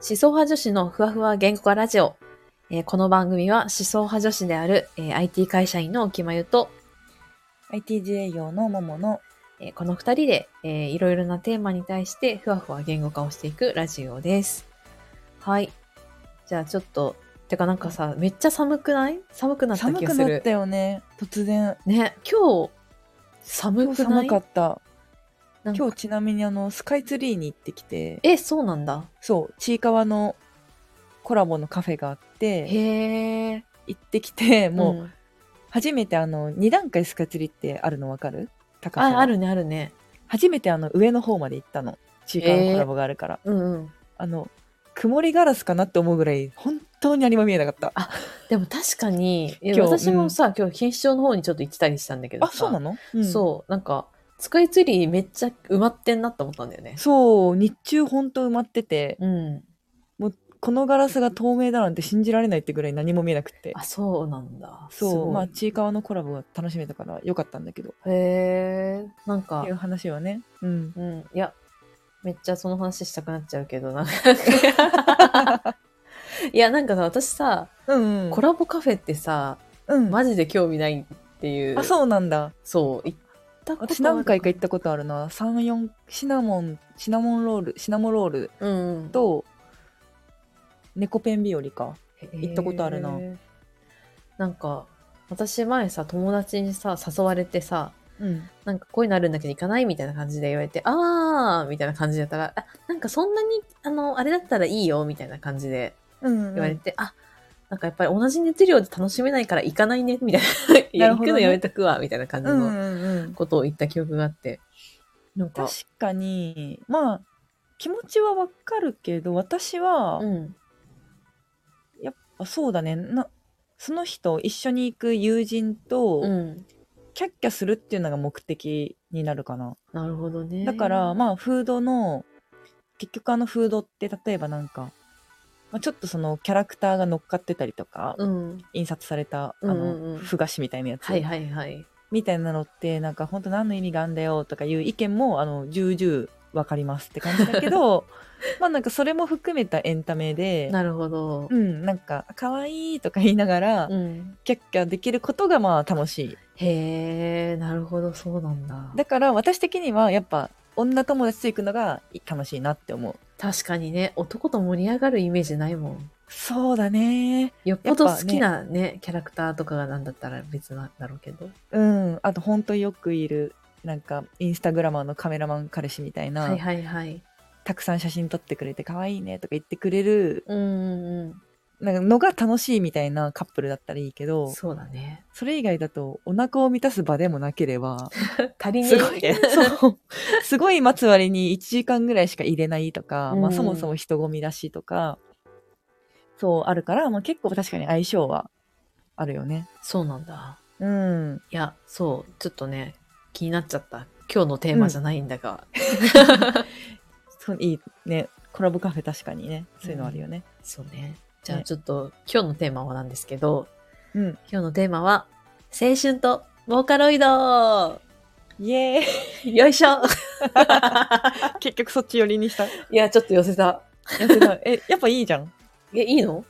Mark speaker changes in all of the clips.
Speaker 1: 思想派女子のふわふわ言語化ラジオ。えーこの番組は思想派女子である、えー IT 会社員のきまゆと、
Speaker 2: ITJ 用のももの
Speaker 1: えーこの二人で、えーいろいろなテーマに対してふわふわ言語化をしていくラジオです。はい。じゃあちょっと、てかなんかさ、めっちゃ寒くない寒くなった
Speaker 2: 寒
Speaker 1: 気が
Speaker 2: く
Speaker 1: す
Speaker 2: な
Speaker 1: る
Speaker 2: っ。たよね突然
Speaker 1: ね、今日、
Speaker 2: 今
Speaker 1: 寒
Speaker 2: 日
Speaker 1: くない
Speaker 2: 寒かった
Speaker 1: なんか
Speaker 2: 今日ちなみにあのスカイツリーに行ってきて
Speaker 1: え、そうなんだ。
Speaker 2: そうちいかわのコラボのカフェがあって
Speaker 1: へえ。
Speaker 2: 行ってきてもう
Speaker 1: うん、
Speaker 2: 初めてあの2段階スカイツリーってあるの分かる高さ
Speaker 1: あ、
Speaker 2: が
Speaker 1: あるね、あるね。
Speaker 2: 初めてあの上の方まで行ったのちいかわのコラボがあるから、
Speaker 1: うんうん。
Speaker 2: あの曇りガラスかなって思うぐらい本当に何も見えなかった
Speaker 1: あでも確かに、いや
Speaker 2: 今日
Speaker 1: 私もさ、今日、錦糸町の方にちょっと行ってたりしたんだけど
Speaker 2: あ
Speaker 1: さ。
Speaker 2: そうなの、うん
Speaker 1: そう、なんか、スカイツリーめっちゃ埋まってんなって思ったんだよね。
Speaker 2: そう日中本当埋まってて
Speaker 1: うん。
Speaker 2: このガラスが透明だなんて信じられないってぐらい何も見えなくて
Speaker 1: あ、そうなんだ。す
Speaker 2: そ
Speaker 1: ご
Speaker 2: う
Speaker 1: い
Speaker 2: まあちいかわのコラボが楽しめたからよかったんだけど
Speaker 1: へえ、なんか
Speaker 2: っていう、話はねうん
Speaker 1: うん、いや、めっちゃその話したくなっちゃうけど、なん かいや、なんかさ、私さ、
Speaker 2: うん、うん、
Speaker 1: コラボカフェってさ、
Speaker 2: うん、
Speaker 1: マジで興味ないっていう。
Speaker 2: あそうなんだ
Speaker 1: そう、行ったこと。
Speaker 2: 私何回か行ったたことあるな34シナモンシナモンロールシナモロール
Speaker 1: うん。
Speaker 2: と猫ペン日和か行ったことあるな
Speaker 1: へー。なんか、私前さ、友達にさ、誘われてさ、
Speaker 2: うん
Speaker 1: なんかこういうのあるんだけど行かないみたいな感じで言われて、あーみたいな感じだったら、あ、なんかそんなに、あの、あれだったらいいよみたいな感じで
Speaker 2: うん
Speaker 1: 言われて、あ、なんかやっぱり同じ熱量で楽しめないから行かないね、みたいな。いや、
Speaker 2: なる
Speaker 1: 行
Speaker 2: ほ
Speaker 1: く
Speaker 2: ど
Speaker 1: の
Speaker 2: ね
Speaker 1: やめとくわ、みたいな感じ
Speaker 2: うんう
Speaker 1: の
Speaker 2: んうん
Speaker 1: ことを言った記憶があって。なんか
Speaker 2: 確、かにまあ気持ちはわかるけど私は、
Speaker 1: うん。
Speaker 2: やっぱそうだねなその人一緒に行く友人と
Speaker 1: うん。
Speaker 2: キャッキャするっていうのが目的になるかな、
Speaker 1: なるほどね。
Speaker 2: だからまあフードの結局あのフードって例えばなんか、まあ、ちょっとそのキャラクターが乗っかってたりとか、
Speaker 1: うん。
Speaker 2: 印刷されたあ
Speaker 1: うんうんうん
Speaker 2: のふ菓子みたいなやつ、
Speaker 1: はいはいはい。
Speaker 2: みたいなのってなんか本当何の意味があんだよとかいう意見もあの重々わかりますって感じだ けどまあなんかそれも含めたエンタメで
Speaker 1: なるほど
Speaker 2: う。んなんか可愛いとか言いながら、
Speaker 1: うん。
Speaker 2: キャッキャできることがまあ楽しい
Speaker 1: へえ、なるほど、そうなんだ。
Speaker 2: だから私的にはやっぱ女友達と行くのが楽しいなって思う
Speaker 1: 確かにね、男と盛り上がるイメージないもん。
Speaker 2: そうだね
Speaker 1: よっぽど
Speaker 2: やっ
Speaker 1: 好
Speaker 2: ぱね
Speaker 1: きなね、キャラクターとかがなんだったら別なんだろうけど。
Speaker 2: うんあと本当よくいるなんかインスタグラマーのカメラマン彼氏みたいな、
Speaker 1: はいはいはい。
Speaker 2: たくさん写真撮ってくれて可愛いねとか言ってくれる
Speaker 1: うんうん
Speaker 2: なんかのが楽しいみたいなカップルだったらいいけ
Speaker 1: うん。
Speaker 2: ど
Speaker 1: そうだね。
Speaker 2: それ以外だとお腹を満たす場でもなければ
Speaker 1: 足りねえ
Speaker 2: すごい そうすごい待つ割に1時間ぐらいしか入れないとか、ま
Speaker 1: うん
Speaker 2: あ、そもそも人混みだしとかそうあるから、まあ、結構確かに相性はあるよね。
Speaker 1: そうなんだ。
Speaker 2: うん、
Speaker 1: いや、そう、ちょっとね、気になっちゃった。今日のテーマじゃないんだが。
Speaker 2: そういいねコラボカフェ確かにねそういうのあるよね。
Speaker 1: そうね。じゃあ
Speaker 2: ね
Speaker 1: ちょっと、今日のテーマはなんですけど、
Speaker 2: うん、
Speaker 1: 今日のテーマは、青春とボーカロイド
Speaker 2: イエーイ
Speaker 1: よいしょ
Speaker 2: 結局そっち寄りにし た。
Speaker 1: いや、ちょっと寄せた。
Speaker 2: やってたえやっぱいいじゃん。
Speaker 1: え、いいの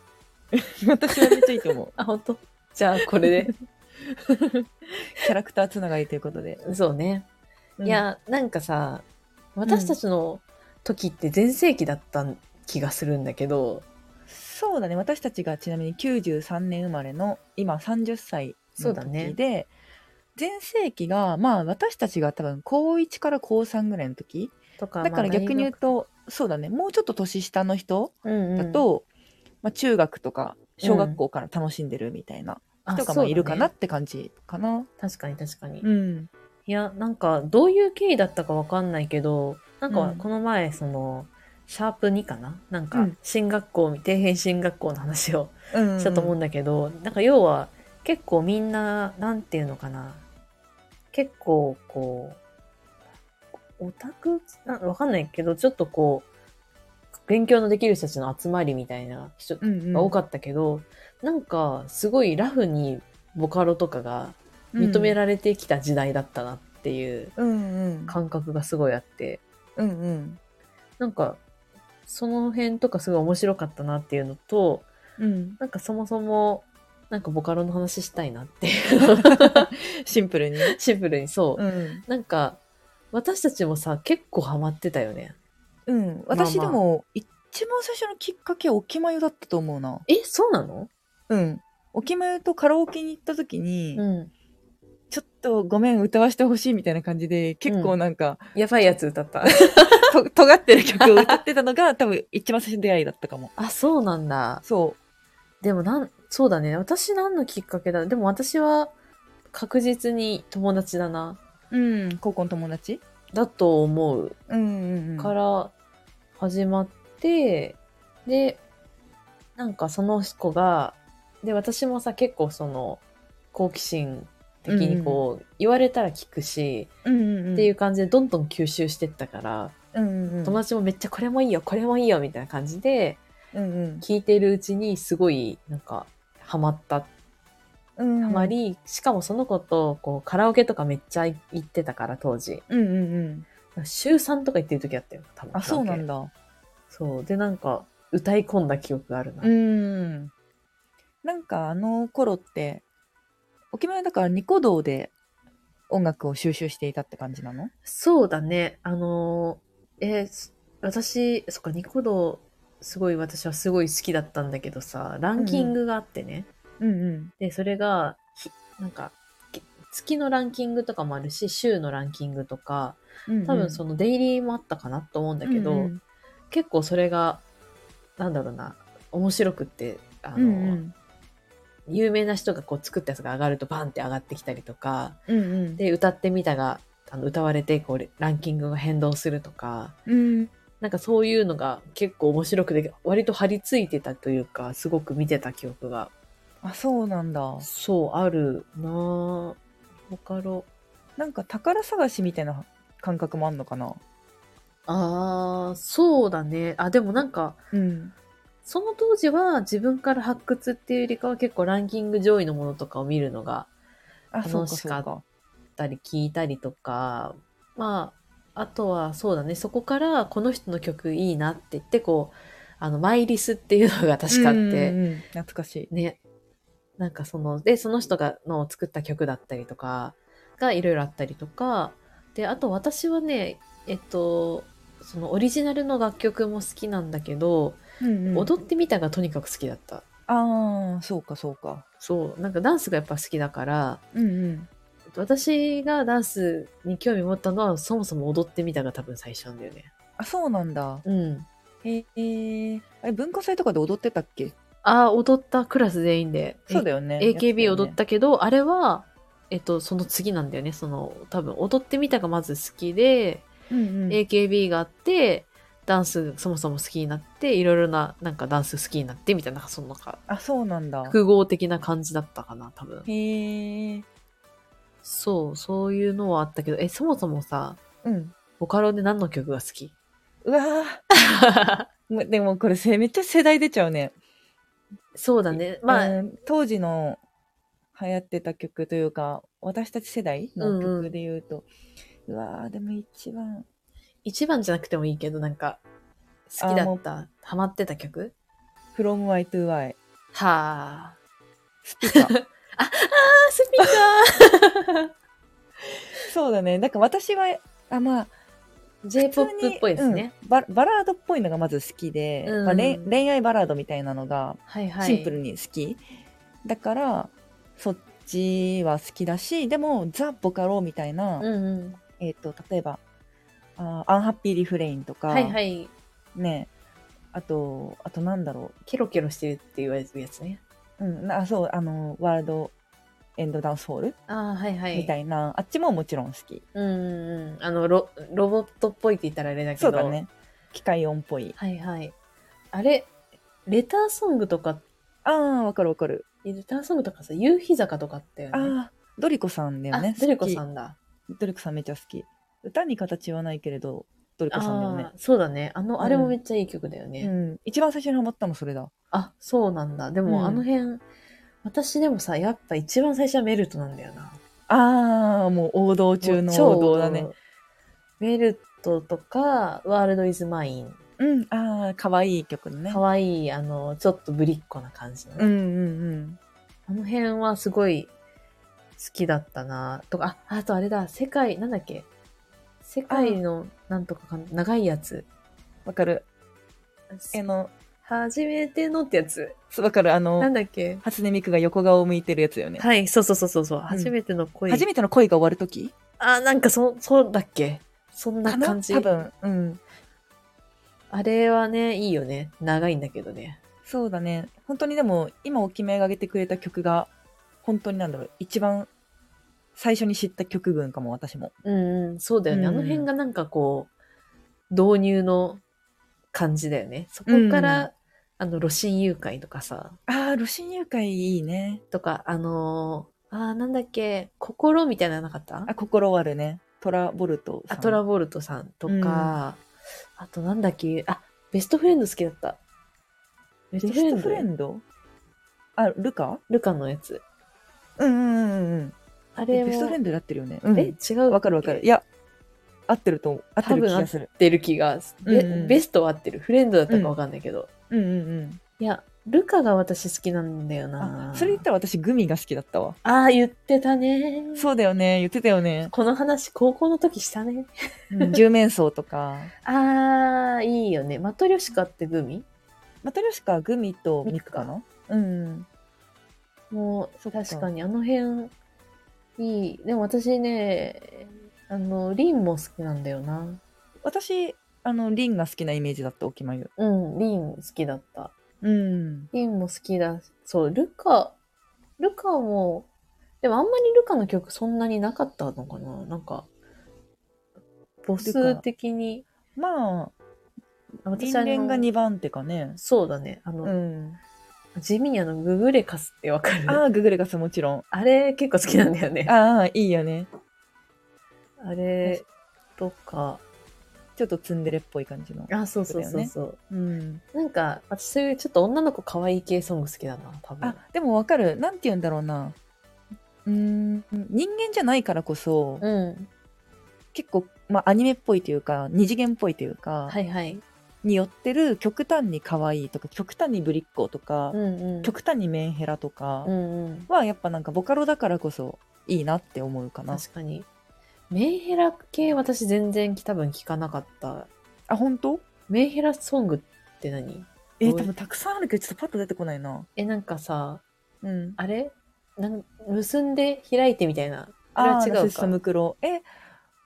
Speaker 2: 私はめっちゃいいと思 う。
Speaker 1: あ、本当。じゃあ、これ
Speaker 2: キャラクターつながりということで。
Speaker 1: で。 そうね。
Speaker 2: うん
Speaker 1: い、や、なんかさ、私たちの時って全盛期だった気がするんだけど、
Speaker 2: そうだね私たちがちなみに93年生まれの今30歳
Speaker 1: そう
Speaker 2: の
Speaker 1: だね
Speaker 2: 時で全盛期がまあ私たちが多分高1から高3ぐらいの時
Speaker 1: とか、
Speaker 2: だから逆に言うとそうだねもうちょっと年下の人
Speaker 1: まあ、大学
Speaker 2: だ
Speaker 1: うんうん、
Speaker 2: と、まあ、中学とか小学校から楽しんでるみたいな
Speaker 1: あ
Speaker 2: 人が
Speaker 1: そ
Speaker 2: ま
Speaker 1: うだ
Speaker 2: あ
Speaker 1: ね
Speaker 2: いるかなって感じかな。
Speaker 1: 確かに確かに。
Speaker 2: う
Speaker 1: い
Speaker 2: ん
Speaker 1: や、なんか、どういう経緯だったかわかんないけど、なん
Speaker 2: う
Speaker 1: か
Speaker 2: ん、
Speaker 1: この前、その、シャープ2かななん
Speaker 2: う
Speaker 1: か
Speaker 2: ん、
Speaker 1: 進学校、底辺進学校の話を
Speaker 2: うん
Speaker 1: したと思うんだけど、なんか要は結構みんななんていうのかな結構こうオタクなわかんないけどちょっとこう勉強のできる人たちの集まりみたいな人
Speaker 2: うんうん
Speaker 1: が多かったけど、なんかすごいラフにボカロとかが認められてきた時代だったなっていう
Speaker 2: うんうん
Speaker 1: 感覚がすごいあって、
Speaker 2: うんうん
Speaker 1: なんかその辺とかすごい面白かったなっていうのと、
Speaker 2: うん、
Speaker 1: なんかそもそも、なんかボカロの話したいなっていう、
Speaker 2: シンプルに、
Speaker 1: シンプルにそう。
Speaker 2: うん
Speaker 1: なんか、私たちもさ、結構ハマってたよね。
Speaker 2: うん、私でも一番最初のきっかけは沖まゆだったと思うな
Speaker 1: え、そうなの
Speaker 2: うん沖まゆとカラオケに行った時に、
Speaker 1: うん。
Speaker 2: ちょっとごめん歌わせてほしいみたいな感じで結構なんか、
Speaker 1: やばいやつ歌った。
Speaker 2: と尖ってる曲を歌ってたの が多分一番最初の出会いだったかも
Speaker 1: あ、そうなんだ。
Speaker 2: そ
Speaker 1: でもなん、そうだね。私何のきっかけだでも私は確実に友達だな。
Speaker 2: ううん高校の友達
Speaker 1: だと思う。
Speaker 2: うんうんうん
Speaker 1: から始まって、で、なんかその子が、で、私もさ、結構その、好奇心的にこう、言われたら聞くし、
Speaker 2: うんうんうん
Speaker 1: っていう感じでどんどん吸収してったから、
Speaker 2: うんうんうん
Speaker 1: 友達もめっちゃこれもいいよ、これもいいよ、みたいな感じで、
Speaker 2: うん
Speaker 1: 聞いてるうちにすごい、なんか、ハマった
Speaker 2: うん
Speaker 1: あまり、しかもその子と、こう、カラオケとかめっちゃ行ってたから、当時。
Speaker 2: うんうんうん
Speaker 1: 週3とか行ってる時あったよ、多分。
Speaker 2: あそうなん
Speaker 1: だ。
Speaker 2: だ
Speaker 1: そう。で、なんか、歌い込んだ記憶があるな。
Speaker 2: うんなんかあの頃って沖縄だからニコ動で音楽を収集していたって感じなの
Speaker 1: そうだね。あのーえーす私、そっか、ニコ動、すごい、私はすごい好きだったんだけどさ、ランキングがあってね。
Speaker 2: うんうん
Speaker 1: で、それが、ひなんか、け月のランキングとかもあるし、週のランキングとか、多分そ
Speaker 2: の
Speaker 1: のデイリーもあったかなと思うんだけど、結構それがなんだろうな面白くってあの、有名な人がこう作ったやつが上がるとバンって上がってきたりとかで歌ってみたがあの歌われてこうランキングが変動するとかなんかそういうのが結構面白くて割と張り付いてたというかすごく見てた記憶が
Speaker 2: あそうなんだ
Speaker 1: そうあるなぁボカロ
Speaker 2: なんか宝探しみたいな感覚もあんのかな
Speaker 1: あーそうだねあでもなんか
Speaker 2: うん
Speaker 1: その当時は自分から発掘っていうよりかは結構ランキング上位のものとかを見るのが
Speaker 2: あそう
Speaker 1: 楽
Speaker 2: か
Speaker 1: し
Speaker 2: そ
Speaker 1: か
Speaker 2: う
Speaker 1: っ
Speaker 2: か
Speaker 1: ったり聞いたりとかまああとはそうだねそこからこの人の曲いいなって言ってこうあのマイリスっていうのが確かあっ
Speaker 2: う
Speaker 1: て
Speaker 2: んうんうん懐かしい
Speaker 1: ねなんかそのでその人がの作った曲だったりとかがいろいろあったりとかであと私はねえっとそのオリジナルの楽曲も好きなんだけど、
Speaker 2: うんうん
Speaker 1: 踊ってみたがとにかく好きだった
Speaker 2: ああそうかそうか
Speaker 1: そうなんかダンスがやっぱ好きだから
Speaker 2: うんうん
Speaker 1: 私がダンスに興味持ったのはそもそも踊ってみたが多分最初なんだよね。
Speaker 2: あそうなんだ
Speaker 1: うん。
Speaker 2: へえあれ文化祭とかで踊ってたっけ
Speaker 1: ああ、踊ったクラス全員で。
Speaker 2: そうだよね
Speaker 1: え AKB 踊っ
Speaker 2: や
Speaker 1: たけど、あれは、えっと、その次なんだよね。その、多分踊ってみたがまず好きで、
Speaker 2: てたよねうんうん
Speaker 1: AKB があって、ダンスそもそも好きになって、いろいろな、なんかダンス好きになってみたいな、そのなんか、
Speaker 2: あそうなんだ
Speaker 1: 複合的な感じだったかな、多分。
Speaker 2: へえ
Speaker 1: そう、そういうのはあったけど、え、そもそもさ、
Speaker 2: うん
Speaker 1: ボカロで何の曲が好き
Speaker 2: うわー もうでもこれせめっちゃ世代出ちゃうね。
Speaker 1: そうだね。まあ、
Speaker 2: うん当時の流行ってた曲というか私たち世代の曲で言うと、うわーでも一番
Speaker 1: 一番じゃなくてもいいけど、なんか、好きだった、ハマってた曲
Speaker 2: 「FromY2Y
Speaker 1: はあ。」
Speaker 2: スピ カ
Speaker 1: あ、スピー
Speaker 2: そうだねなんか私はあまあ
Speaker 1: カー !J-POP っぽいですね。、
Speaker 2: 普通にうんババラードっぽいのがまず好きで、
Speaker 1: うん
Speaker 2: まあ、恋恋愛バラードみたいなのが
Speaker 1: はいはい。
Speaker 2: シンプルに好き、だからそっちは好きだしでもザ・ボカロみたいな、
Speaker 1: うんうん。
Speaker 2: えっ、と、例えば、あーアンハッピーリフレインとか、
Speaker 1: はいはい。
Speaker 2: ね、あと、あとなんだろ
Speaker 1: ケロケロしてるって言われてるやつね。
Speaker 2: う、うん、あ、そう、あの、ワールドエンドダンスホール
Speaker 1: ああ、はいはい。
Speaker 2: みたいな、あっちももちろん好き。
Speaker 1: うんうんうん。あのロ、ロボットっぽいって言ったらあれだけど。
Speaker 2: そうだ。ね。機械音っぽい。
Speaker 1: はいはい。あれ、レターソングとか、
Speaker 2: ああ、わかるわかる。
Speaker 1: レターソングとかさ、夕日坂とかあったよね。
Speaker 2: ああ、ドリコさんだよ
Speaker 1: あ、
Speaker 2: ね。
Speaker 1: ドリコさ
Speaker 2: 好
Speaker 1: んだ。
Speaker 2: き。ドリコさんめっちゃ好き。歌に形はないけれど、ドリコさんだよね
Speaker 1: あ。ーそうだね。あの、あれもめっちゃいい曲だよね。
Speaker 2: うん、一番最初にハマったのそれだ。
Speaker 1: あ、そうなんだ。でも、
Speaker 2: うん
Speaker 1: あの辺、私でもさ、やっぱ一番最初はメルトなんだよな。
Speaker 2: ああ、もう王道中の王道だね
Speaker 1: もう。超。メルトとか、ワールドイズマイン
Speaker 2: うん、ああ、可愛い曲のね。
Speaker 1: 可愛い、あの、ちょっとぶりっ子な感じのね。
Speaker 2: うんうんうん。
Speaker 1: あの辺はすごい好きだったなとか、あ、あとあれだ、世界、なんだっけ世界のなんとかかん長いやつ。
Speaker 2: わかる。あ
Speaker 1: え
Speaker 2: の、
Speaker 1: 初めてのってやつ。
Speaker 2: そうわかる。あ
Speaker 1: な
Speaker 2: の
Speaker 1: ん、だっけ
Speaker 2: 初音ミクが横顔を向いてるやつよね。
Speaker 1: はい、そうそうそうそうそう、初めての恋。
Speaker 2: 初めての恋が終わるとき
Speaker 1: あ、なんかそ、そうだっけそんな感じ
Speaker 2: 多。分。うん。
Speaker 1: あれはね、いいよね。長いんだけどね。
Speaker 2: そうだね。本当にでも、今おきめが挙げてくれた曲が、本当になんだろう、一番最初に知った曲群かも、私も。
Speaker 1: うんうん、そうだよね。あ
Speaker 2: うん
Speaker 1: の辺がなんかこう、導入の感じだよね。そこから、
Speaker 2: う
Speaker 1: あの、露心誘拐とかさ、
Speaker 2: ああ、露心誘拐いいね。
Speaker 1: とか、あのーあーなんだっけ、心みたいなのなかった
Speaker 2: あ、心はるね。トラボルトさ
Speaker 1: ア
Speaker 2: ん。
Speaker 1: トラボルトさんとか、
Speaker 2: うん
Speaker 1: あとなんだっけ、あ、ベストフレンド好きだった。ベス
Speaker 2: ベ
Speaker 1: トフレ
Speaker 2: ス
Speaker 1: ン
Speaker 2: ト
Speaker 1: ド
Speaker 2: フレンドあ、ルカ
Speaker 1: ルカのやつ。
Speaker 2: うんうんうんうん。
Speaker 1: あれ
Speaker 2: え
Speaker 1: も、
Speaker 2: ベストフレンドで合ってるよね。うん
Speaker 1: え、違う。
Speaker 2: わかるわかる。いや、合ってると、合ってる気がする
Speaker 1: 合。ってる気がする、
Speaker 2: うんうん
Speaker 1: ベベストは合ってる。フレンドだったかわかんないけど。
Speaker 2: うんうんうん。
Speaker 1: いや、ルカが私好きなんだよな
Speaker 2: あ、。それ言ったら私、グミが好きだったわ。
Speaker 1: ああ、言ってたね。
Speaker 2: そうだよね。言ってたよね。
Speaker 1: この話、高校の時したね。
Speaker 2: うん十面相と か。
Speaker 1: ああ、いいよね。マトリョシカってグミ
Speaker 2: マトリョシカはグミとミクかなうん。
Speaker 1: も、
Speaker 2: そうっか
Speaker 1: 確かに、あの辺、いい。でも私ね、あの、リンも好きなんだよな。
Speaker 2: 私、あの、リンが好きなイメージだった、おきまゆ。
Speaker 1: うん、リン好きだった。
Speaker 2: うん。
Speaker 1: リンも好きだ。そう、ルカ、ルカも、でもあんまりルカの曲そんなになかったのかななんか、母数的に、
Speaker 2: まあ、リ
Speaker 1: 私あ
Speaker 2: ンレンが
Speaker 1: の、
Speaker 2: 2番手かね。
Speaker 1: そうだね、あの、
Speaker 2: うん。
Speaker 1: 地味にあの、ググレカスってわかる
Speaker 2: ああ、ググレガスもちろん。
Speaker 1: あれ結構好きなんだよね。あ
Speaker 2: ああ、いいよね。
Speaker 1: れとか、
Speaker 2: ちょっとツンデレっぽい感じの。
Speaker 1: あ、そうそうそうそう。
Speaker 2: うん。
Speaker 1: なんか、私そういうちょっと女の子可愛い系ソング好きだな、多分
Speaker 2: あ。、でもわかる。なんて言うんだろうな。うーん、人間じゃないからこそ、
Speaker 1: うん。
Speaker 2: 結構、まあ、アニメっぽいというか、二次元っぽいというか、
Speaker 1: はいはい。
Speaker 2: によってる極端に可愛いとか、極端にぶりっ子とか、
Speaker 1: うんうん。
Speaker 2: 極端にメンヘラとか
Speaker 1: うんうん。
Speaker 2: は、やっぱなんかボカロだからこそいいなって思うかな。
Speaker 1: 確かに。メンヘラ系私全然多分聞かなかった。
Speaker 2: あ、本当
Speaker 1: メンヘラソングって何
Speaker 2: えー
Speaker 1: どう
Speaker 2: 多分たくさんあるけど、ちょっとパッと出てこないな。
Speaker 1: え、なんかさ、
Speaker 2: うん。
Speaker 1: あれなん結んで開いてみたいな。あれは
Speaker 2: あ
Speaker 1: 違う
Speaker 2: ー
Speaker 1: か
Speaker 2: ナセスサムクロ。え、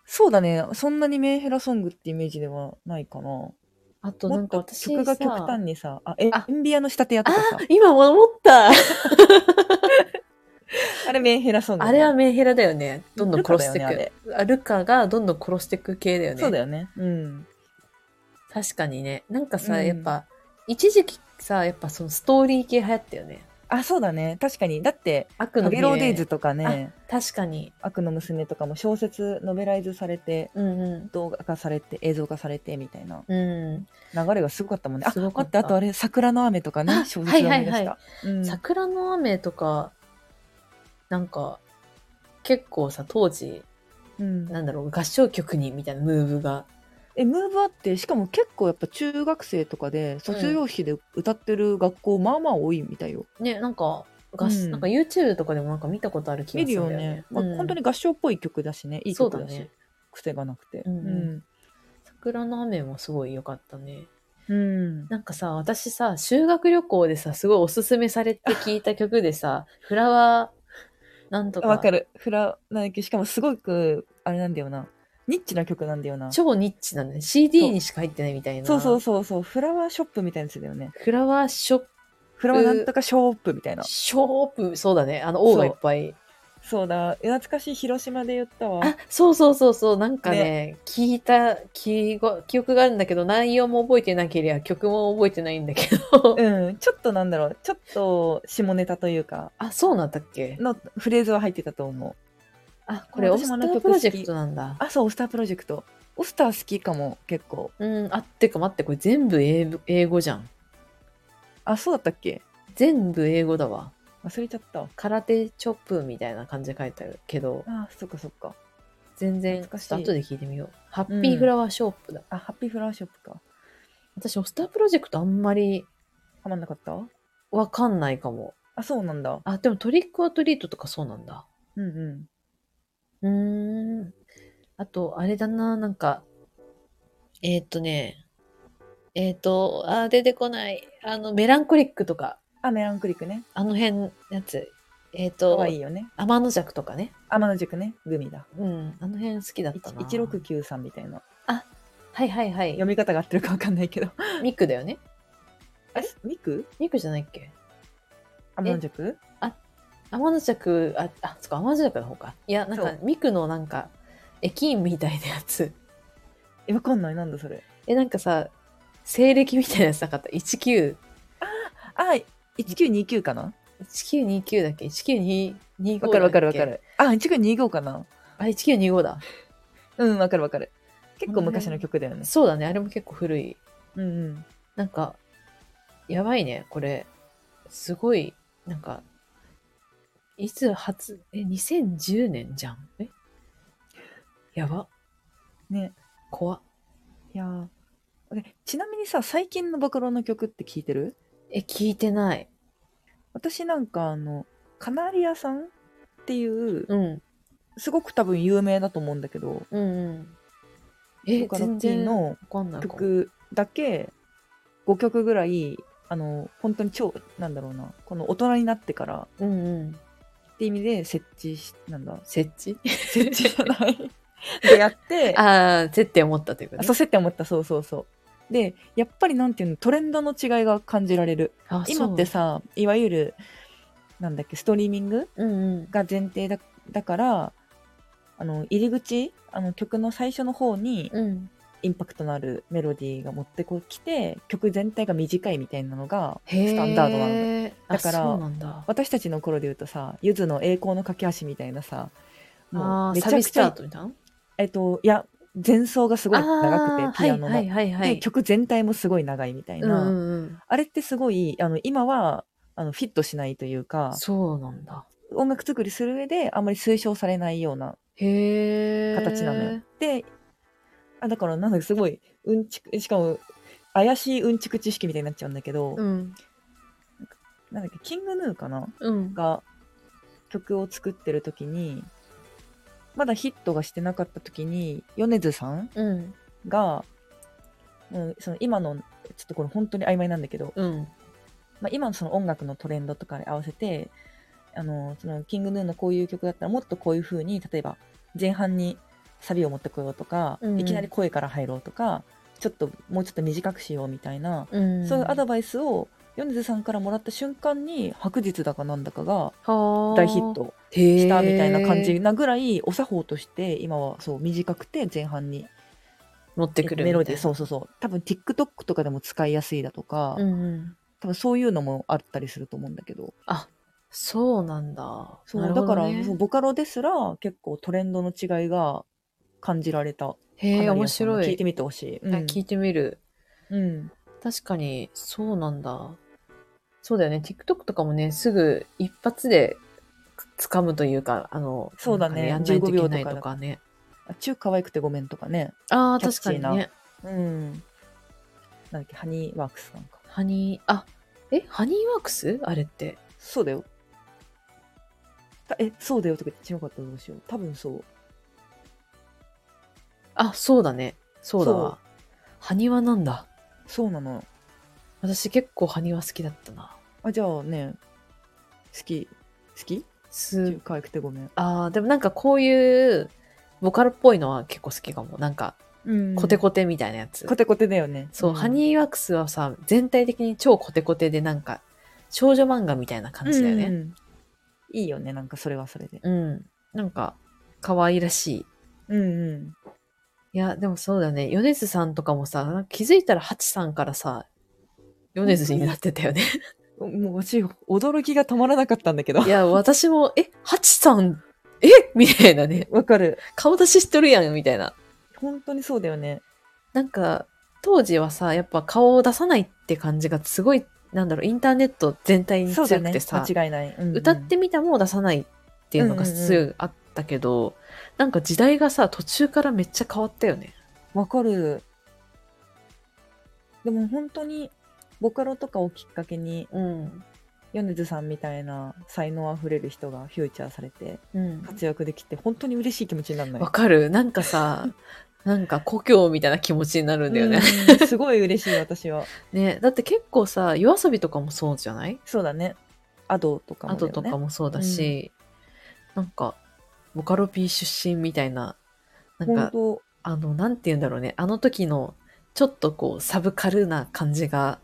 Speaker 2: そうだね。そんなにメンヘラソングってイメージではないかな。
Speaker 1: あとな
Speaker 2: も
Speaker 1: ん
Speaker 2: っ
Speaker 1: か
Speaker 2: と
Speaker 1: 私さ、
Speaker 2: 曲が極端にさ、あ、え
Speaker 1: あ
Speaker 2: エンビアの仕立て屋とかさ、
Speaker 1: 今思った
Speaker 2: あれメンヘラソングだ
Speaker 1: あ
Speaker 2: ね。
Speaker 1: れはメンヘラだよね。どんどん殺してい
Speaker 2: ルカだよね
Speaker 1: く。あルカがどんどん殺していく系だよね。
Speaker 2: そうだよね。うん。
Speaker 1: 確かにね。なんかさ、
Speaker 2: うん
Speaker 1: やっぱ、一時期さ、やっぱそのストーリー系流行ったよね。
Speaker 2: あ、そうだね。確かに。だって、
Speaker 1: 悪の
Speaker 2: ハ
Speaker 1: 系
Speaker 2: ゲローデイズとかね、
Speaker 1: 確かに。
Speaker 2: 悪の娘とかも小説、ノベライズされて、
Speaker 1: うんう。
Speaker 2: 動画化されて、映像化されてみたいなん
Speaker 1: うん。
Speaker 2: 流れがすごかったもんね。あ、
Speaker 1: すごか
Speaker 2: 待
Speaker 1: っ
Speaker 2: って、
Speaker 1: た
Speaker 2: あとあれ、桜の雨とか
Speaker 1: あ
Speaker 2: ね、小説を思い出
Speaker 1: はい
Speaker 2: し
Speaker 1: は
Speaker 2: た。うん
Speaker 1: 桜の雨とか、なんか、結構さ、当時、
Speaker 2: うん
Speaker 1: なんだろう、合唱曲にみたいなムーブが。
Speaker 2: え、ムーブあって、しかも結構やっぱ中学生とかで、卒業式で歌ってる学校、まあまあ多いみたいよ。
Speaker 1: ね、なんか、合
Speaker 2: うん
Speaker 1: なんか YouTube とかでもなんか見たことある気
Speaker 2: 見
Speaker 1: がす
Speaker 2: る
Speaker 1: るん
Speaker 2: よ
Speaker 1: だよね。
Speaker 2: ね。まあ
Speaker 1: うん
Speaker 2: 本当に合唱っぽい曲だしね、いい曲だ
Speaker 1: そうだ
Speaker 2: し
Speaker 1: ね、
Speaker 2: 癖がなくて。
Speaker 1: うんうん
Speaker 2: うん
Speaker 1: 桜の雨もすごい良かったね。
Speaker 2: うん。
Speaker 1: なんかさ、私さ、修学旅行でさ、すごいおすすめされて聞いた曲でさ、フラワー、なんとか、
Speaker 2: わかる。フラなんだっけしかもすごく、あれなんだよな。ニッチな曲なんだよな。そ
Speaker 1: 超ニッチなんだね。CD にしか入ってないみたいな。
Speaker 2: うそうそうそう。フラワーショップみたいなやつだよね。
Speaker 1: フラワーショ
Speaker 2: フラワーなんとかショップみたいな。
Speaker 1: ショープ、そうだね。あの、王がいっぱい。
Speaker 2: そうだ。え懐かしい広島で言ったわ。
Speaker 1: あ、そうそうそうそう。なんかね、聞いた記憶記憶があるんだけど、内容も覚えてなければ曲も覚えてないんだけど。
Speaker 2: うん。ちょっとなんだろう。ちょっと下ネタというか、
Speaker 1: あ、そうなんだっけ
Speaker 2: のフレーズは入ってたと思う。
Speaker 1: あ、これ、オ
Speaker 2: 私
Speaker 1: ス
Speaker 2: も
Speaker 1: タ
Speaker 2: あの曲
Speaker 1: ープロジェクトなんだ。
Speaker 2: あ、そう、オスタープロジェクト。オスター好きかも、結構。
Speaker 1: うん、あ、ってか待って、これ全部英語英語じゃん。
Speaker 2: あ、そうだったっけ
Speaker 1: 全部英語だわ。
Speaker 2: 忘れちゃった。
Speaker 1: 空手チョップみたいな感じで書いてあるけど、
Speaker 2: あ、そっかそっか。
Speaker 1: 全然、ちょ
Speaker 2: 懐か
Speaker 1: っ
Speaker 2: しい
Speaker 1: と後で聞いてみよう。ハッピーフラワーショップだ。
Speaker 2: あ、ハッピーフラワーショップか。
Speaker 1: 私、オスタープロジェクトあんまり
Speaker 2: はまんなかった
Speaker 1: わかんないかも。
Speaker 2: あ、そうなんだ。
Speaker 1: あ、でもトリックはトリートとかそうなんだ。
Speaker 2: うんう
Speaker 1: うーん。あと、あれだな、なんか、えーっとね、えーっと、あー、出てこない。あの、メランコリックとか、
Speaker 2: ん。あ、メランクリックね。
Speaker 1: あの辺のやつ。えーっ
Speaker 2: か
Speaker 1: と
Speaker 2: わ、いいよね。
Speaker 1: 天の弱とかね。
Speaker 2: 天の塾ね。グミだ。
Speaker 1: うん、あの辺好きだったな。
Speaker 2: 1693みたいな。
Speaker 1: はいはいはい
Speaker 2: 読。み方が合ってるかわかんないけど。
Speaker 1: ミクだよね。
Speaker 2: あれミク
Speaker 1: ミクじゃないっけ
Speaker 2: 天の塾
Speaker 1: 天の弱、あ、あ、そっか、天の弱の方か。いや、なん
Speaker 2: そ
Speaker 1: か
Speaker 2: う、
Speaker 1: ミクのなんか、駅員みたいなやつ。
Speaker 2: え、わかんない。なんだそれ。
Speaker 1: え、なんかさ、西暦みたいなやつなかった。19、
Speaker 2: あ、1929かな
Speaker 1: 1929だっけ ?1925 だっけ
Speaker 2: わかるわかるわか。る。あ、1925かな
Speaker 1: あ、1925だ。
Speaker 2: うん、わかるわかる。結構昔の曲だよね。
Speaker 1: そうだね、あれも結構古い。
Speaker 2: うんうん。
Speaker 1: なんか、やばいね、これ。すごい、なんか、いつ初、え、2010年じゃん。えやば、
Speaker 2: ね。
Speaker 1: 怖っ
Speaker 2: いやーえちなみにさ、最近の暴露の曲って聞いてる
Speaker 1: え、聞いてない。
Speaker 2: 私なんかあの、カナリアさんっていう、
Speaker 1: うん、
Speaker 2: すごく多分有名だと思うんだけど、
Speaker 1: うん、うん。え、
Speaker 2: ボカロ
Speaker 1: 全
Speaker 2: P
Speaker 1: 然わ
Speaker 2: の
Speaker 1: かんないかも。
Speaker 2: 曲だけ5曲ぐらいあの本当に超なんだろうなこの大人になってから
Speaker 1: うんうん。
Speaker 2: って意味で設置しなんだ
Speaker 1: 設置
Speaker 2: 設置じゃない でやってあ
Speaker 1: ああ、設定思ったということね
Speaker 2: そう設定思ったそうそうそうでやっぱりなんていうのトレンドの違いが感じられる
Speaker 1: あ
Speaker 2: 今って、さいわゆるなんだっけストリーミング
Speaker 1: そううんうん。
Speaker 2: が前提だだからあの入り口あの曲の最初の方に
Speaker 1: うん。
Speaker 2: インパクトのあるメロディーが持ってこきて曲全体が短いみたいなのが
Speaker 1: へえ。
Speaker 2: スタンダードなんだ
Speaker 1: だ
Speaker 2: だ
Speaker 1: か、
Speaker 2: からら
Speaker 1: そうなんだ。
Speaker 2: 私たちの頃で言うとさゆずの栄光の架け橋みたいなさ
Speaker 1: あ
Speaker 2: もう
Speaker 1: あ、
Speaker 2: めちゃ
Speaker 1: サ
Speaker 2: く
Speaker 1: ビス
Speaker 2: ち
Speaker 1: ター
Speaker 2: ゃ
Speaker 1: トみたいな
Speaker 2: えっといや前奏がすごい長
Speaker 1: あー
Speaker 2: くてピアノの、
Speaker 1: はいはいはい、はい、
Speaker 2: で曲全体もすごい長いみたいな、
Speaker 1: うんうん
Speaker 2: あれってすごいあの今はあのフィットしないとい
Speaker 1: う
Speaker 2: う
Speaker 1: ん、
Speaker 2: か
Speaker 1: そうなんだ
Speaker 2: 音楽作りする上であんまり推奨されないような
Speaker 1: へえ
Speaker 2: 形なのよ。であだからなんだかすごいうんちくしかも怪しいうんちく知識みたいになっちゃうんだけど、
Speaker 1: うん
Speaker 2: なんだっけキングヌーかな
Speaker 1: うん
Speaker 2: が曲を作ってる時にまだヒットがしてなかった時に米津さん
Speaker 1: うん
Speaker 2: が、うん、その今のちょっとこれ本当に曖昧なんだけど、
Speaker 1: うん
Speaker 2: まあ、今のその音楽のトレンドとかに合わせてあのそのキングヌーのこういう曲だったらもっとこういう風に例えば前半にサビを持ってこようとか、
Speaker 1: うん
Speaker 2: いきなり声から入ろうとかちょっともうちょっと短くしようみたいな、
Speaker 1: うん
Speaker 2: そういうアド
Speaker 1: バ
Speaker 2: バイスを米津さんからもらった瞬間に白日だかなんだかが
Speaker 1: 大
Speaker 2: 大ヒットし
Speaker 1: した
Speaker 2: みたいな感じなぐらいお作法として今はそう短くて前半に
Speaker 1: 持ってくる
Speaker 2: メロディー
Speaker 1: う
Speaker 2: そうそうそう多分 TikTok とかでも使いやすいだとか、
Speaker 1: うんうん
Speaker 2: 多分そういうのもあったりすると思うんだけど
Speaker 1: あそうなんだ
Speaker 2: そう、
Speaker 1: なる
Speaker 2: だ
Speaker 1: ほ
Speaker 2: か
Speaker 1: ど
Speaker 2: ら
Speaker 1: ね
Speaker 2: そうボカロですら結構トレンドの違いが感じられた
Speaker 1: へえ
Speaker 2: カナリ
Speaker 1: 面
Speaker 2: アさんの
Speaker 1: 白い
Speaker 2: 聞いてみてほしい、う
Speaker 1: あ聞いてみる
Speaker 2: うん
Speaker 1: 確かにそうなんだそうだよね TikTok とかもねすぐ一発で掴むというかあの
Speaker 2: そうだね
Speaker 1: なんかやんないといけ
Speaker 2: 15
Speaker 1: ない
Speaker 2: 秒とか
Speaker 1: とかね
Speaker 2: あ中可愛くてごめんとかね
Speaker 1: ああ
Speaker 2: キャッ
Speaker 1: 確
Speaker 2: チ
Speaker 1: か
Speaker 2: ー
Speaker 1: に
Speaker 2: な
Speaker 1: ね
Speaker 2: うんなんだっけハニーワークスなんか
Speaker 1: ハニー、あ、え、ハニーワークスあれって。
Speaker 2: そうだよたえそうだよとか言って違かったらどうしよう多分そう
Speaker 1: あ、そうだね。そうだ
Speaker 2: そ
Speaker 1: わ。ハニワなんだ。
Speaker 2: そうなの
Speaker 1: 私結構ハニワ好きだったな。
Speaker 2: あじゃあね好き好き
Speaker 1: す、
Speaker 2: 可愛くてごめん、
Speaker 1: あーでもなんかこういう、ボカロっぽいのは結構好きかも。なんか、
Speaker 2: うん
Speaker 1: コテコテみたいなやつ。
Speaker 2: コテコテだよね
Speaker 1: そう、ハニーワークスはさ、全体的に超コテコテで、なんか、少女漫画みたいな感じだよ
Speaker 2: うん
Speaker 1: ね。
Speaker 2: うんいいよねなんかそれはそれで
Speaker 1: うん。なんか、可愛らしい。
Speaker 2: うんうん
Speaker 1: いや、でもそうだね。米津さんとかもさ、なんか気づいたらハチさんからさ、米津になってたよね。
Speaker 2: おもう私驚きが止まらなかったんだけ ど
Speaker 1: いや、私も、え、ハチさん、えみたいなね。
Speaker 2: わかる
Speaker 1: 顔出ししてるやん、みたいな。
Speaker 2: 本当にそうだよね
Speaker 1: なんか、当時はさ、やっぱ顔を出さないって感じがすごい、なんだろう、インターネット全体に
Speaker 2: そ
Speaker 1: 強
Speaker 2: うだ
Speaker 1: く
Speaker 2: ね
Speaker 1: てさ、
Speaker 2: 間違いない、うんうん
Speaker 1: 歌ってみたも出さないっていうのがすぐあったけど、なんか時代がさ、途中からめっちゃ変わったよね。
Speaker 2: わかるでも本当にボカロとかをきっかけに
Speaker 1: うん。
Speaker 2: 米津さんみたいな才能あふれる人がフューチャーされて
Speaker 1: うん。
Speaker 2: 活躍できて本当に嬉しい気持ちになるの
Speaker 1: わ
Speaker 2: よ。
Speaker 1: かるなんかさ、 なんか故郷みたいな気持ちになるんだよね。
Speaker 2: うん すごい嬉しい私は。
Speaker 1: ね、だって結構さ、夜遊びとかもそうじゃない
Speaker 2: そうだね。アドとかも
Speaker 1: あ
Speaker 2: だよ
Speaker 1: と
Speaker 2: ね。
Speaker 1: とかもそうだし、なんか、ボカロ P 出身みたいな、なん
Speaker 2: 本
Speaker 1: か、
Speaker 2: 当
Speaker 1: あの、なんて言うんだろうね、あの時の、ちょっとこう、サブカルな感じが、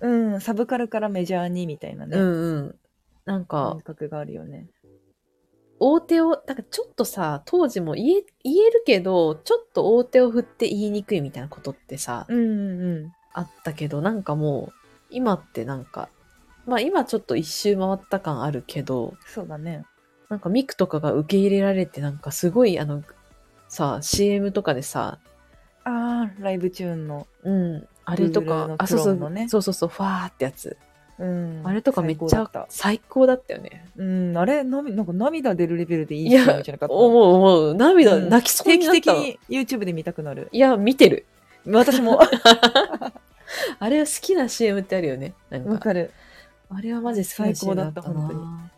Speaker 2: うんサブカルからメジャーにみたいなね、
Speaker 1: うんうん。なんか
Speaker 2: 感、覚があるよね。
Speaker 1: 大手を、なんかちょっとさ、当時も言え、言えるけど、ちょっと大手を振って言いにくいみたいなことってさ、
Speaker 2: うんうん
Speaker 1: あったけど、なんかもう、今ってなんか、まあ今ちょっと一周回った感あるけど、
Speaker 2: そうだね。
Speaker 1: なんかミクとかが受け入れられて、なんかすごいあの、さ、CM とかでさ、
Speaker 2: ああライブチューンの、
Speaker 1: うん、あれと
Speaker 2: Google
Speaker 1: か
Speaker 2: の、
Speaker 1: あ、そうそ
Speaker 2: クローンの
Speaker 1: う
Speaker 2: ね、
Speaker 1: そうそうそう、ファーってやつ。
Speaker 2: うん、
Speaker 1: あれとかめっち
Speaker 2: 最高だ
Speaker 1: ゃ
Speaker 2: た
Speaker 1: 最高だったよね。
Speaker 2: うんあれなみなんか涙出るレベルでいい
Speaker 1: いや
Speaker 2: CM じゃなかった。
Speaker 1: 思う思う。涙、
Speaker 2: うん
Speaker 1: 泣きそう
Speaker 2: 定
Speaker 1: に
Speaker 2: 期
Speaker 1: なっ
Speaker 2: 的
Speaker 1: たの。い
Speaker 2: に YouTube で見たくなる。
Speaker 1: や、見てる。
Speaker 2: 私も
Speaker 1: あれ好きな CM ってあるよね。なん
Speaker 2: わ
Speaker 1: か。
Speaker 2: かる。
Speaker 1: あれはマジ好きな
Speaker 2: 最高
Speaker 1: CM
Speaker 2: だ
Speaker 1: だ
Speaker 2: っ
Speaker 1: ったたな。
Speaker 2: 本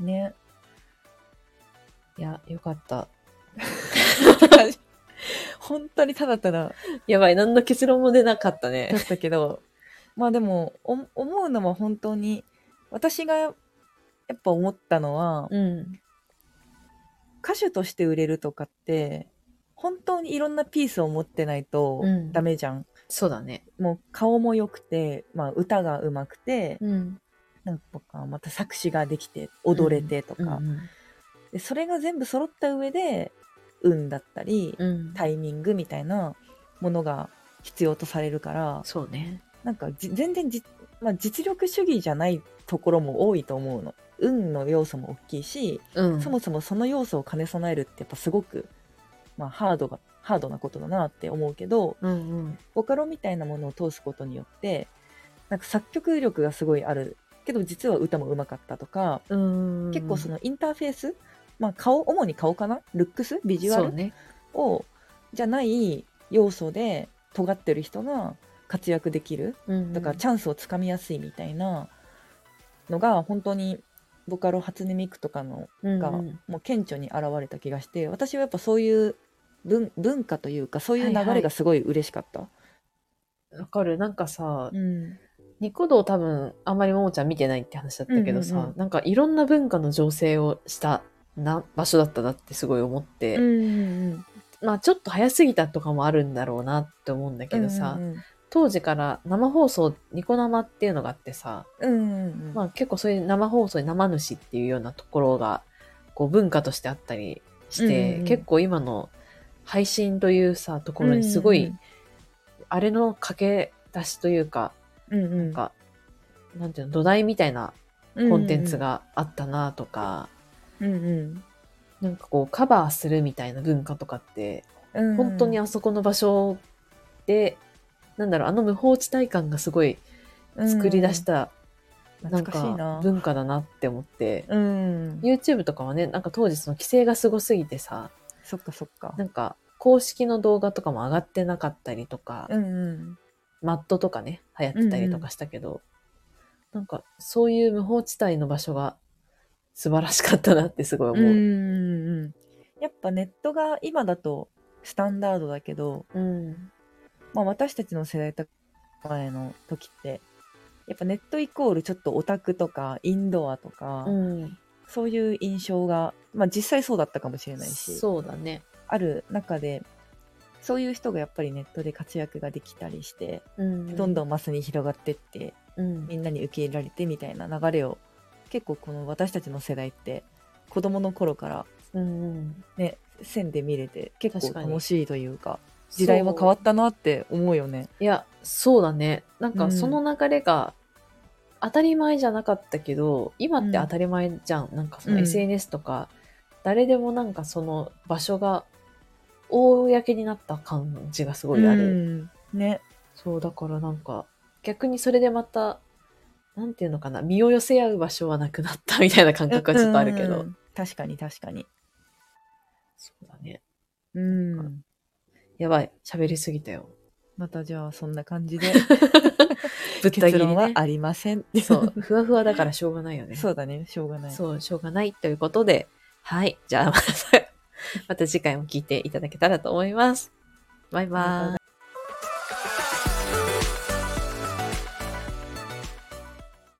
Speaker 2: 当にね。
Speaker 1: いや、よかった。
Speaker 2: 本当にただただ
Speaker 1: やばい、何の結論も出なかったね
Speaker 2: だ。ったけど、 まあでもお思うのは本当に私がやっぱ思ったのは、
Speaker 1: うん。
Speaker 2: 歌手として売れるとかって本当にいろんなピースを持ってないと
Speaker 1: うん
Speaker 2: ダメじゃん。
Speaker 1: そうだね。
Speaker 2: もう顔も良くて、まあ、歌が上手くて、
Speaker 1: うん。
Speaker 2: なんかまた作詞ができて踊れてとか、
Speaker 1: うん。
Speaker 2: でそれが全部揃った上で運だったり、
Speaker 1: うん。
Speaker 2: タイミングみたいなものが必要とされるから
Speaker 1: そうね。
Speaker 2: なんかじ全然じ、まあ、実力主義じゃないところも多いと思うの運の要素も大きいし、
Speaker 1: うん。
Speaker 2: そもそもその要素を兼ね備えるってやっぱすごく、まあ、ハードがハードなことだなって思うけど
Speaker 1: うんうん。
Speaker 2: ボカロみたいなものを通すことによってなんか作曲力がすごいあるけど実は歌も上手かったとか、
Speaker 1: うん。
Speaker 2: 結構そのインターフェース、まあ、顔主に顔かなルックスビジュア
Speaker 1: そう
Speaker 2: ル
Speaker 1: ね。
Speaker 2: をじゃない要素で尖ってる人が活躍できる
Speaker 1: うん
Speaker 2: だからチャンスをつかみやすいみたいなのが本当にボカロ初音ミクとかの
Speaker 1: うん
Speaker 2: が
Speaker 1: うん
Speaker 2: もう顕著に現れた気がして私はやっぱそういう文文化というかそういう流れがすごい嬉しかった。
Speaker 1: わかる。なんかさ、
Speaker 2: うん
Speaker 1: ニコ動多分、あんまりももちゃん見てないって話だったけどさ、
Speaker 2: うんうんうん
Speaker 1: なんかいろんな文化の醸成をしたな場所だったなってすごい思って、
Speaker 2: うん
Speaker 1: まあちょっと早すぎたとかもあるんだろうなって思うんだけどさ、
Speaker 2: うん
Speaker 1: 当時から生放送、ニコ生っていうのがあってさ、
Speaker 2: うん
Speaker 1: まあ結構そういう生放送に生主っていうようなところが、こう文化としてあったりして、
Speaker 2: うんうん
Speaker 1: 結構今の配信というさ、ところにすごい、あれの駆け出しというか、
Speaker 2: な
Speaker 1: なんか、なんていうの、土台みたいなコンテンツがあったなとか、
Speaker 2: うんうん
Speaker 1: なんかこうカバーするみたいな文化とかって、
Speaker 2: うん
Speaker 1: 本当にあそこの場所で、なんだろう、あの無法地帯感がすごい作り出し、た、
Speaker 2: う
Speaker 1: な
Speaker 2: ん
Speaker 1: ん
Speaker 2: 懐かし
Speaker 1: か
Speaker 2: いな。
Speaker 1: 文化だなって思って、
Speaker 2: うん、
Speaker 1: YouTube とかはね、なんか当時その規制がすごすぎてさ、
Speaker 2: そっかそっか。
Speaker 1: なんか公式の動画とかも上がってなかったりとか、
Speaker 2: うん
Speaker 1: マットとかね、流行ってたりとかしたけど、なんかそういう無法地帯の場所が素晴らしかったなってすごい
Speaker 2: うん、うん
Speaker 1: 思う。
Speaker 2: うんやっぱネットが今だとスタンダードだけど、
Speaker 1: うん。
Speaker 2: まあ、私たちの世代とか前の時ってやっぱネットイコールちょっとオタクとかインドアとか、
Speaker 1: うん。
Speaker 2: そういう印象が、まあ、実際そうだったかもしれないし
Speaker 1: そうだね。
Speaker 2: ある中でそういう人がやっぱりネットで活躍ができたりして、
Speaker 1: うん
Speaker 2: どんどんマスに広がってって
Speaker 1: うん
Speaker 2: み。んなに受け入れられてみたいな流れを結構この私たちの世代って子供の頃から
Speaker 1: うんうん。
Speaker 2: ね、線で見れて結
Speaker 1: 確
Speaker 2: 構
Speaker 1: かに
Speaker 2: 楽しいというか時代は変わ
Speaker 1: そ
Speaker 2: ったなって思うよね。
Speaker 1: ういや、そうだね。なん
Speaker 2: う
Speaker 1: か
Speaker 2: ん
Speaker 1: その流れが当たり前じゃなかったけど、今って当たり前じゃん。なんかその
Speaker 2: うん
Speaker 1: SNS とか、誰でもなんかその場所が公になった感じがすごいある。
Speaker 2: うんね、
Speaker 1: そう、だからなんか、逆にそれでまた、なんていうのかな、身を寄せ合う場所はなくなったみたいな感覚はちょっとあるけど。
Speaker 2: うん確かに確かに。
Speaker 1: そうだね。
Speaker 2: うん、
Speaker 1: やばい、喋りすぎたよ。
Speaker 2: またじゃあそんな 感じで
Speaker 1: ぶった切り
Speaker 2: 結論は
Speaker 1: ね。
Speaker 2: ありま せん。
Speaker 1: そう、ふわふわだからしょうがないよね。
Speaker 2: そうだね、しょうがない。
Speaker 1: そう、しょうがないということで、 はい。じゃあ、またまた次回も聞いていただけたらと思います。バイバイ。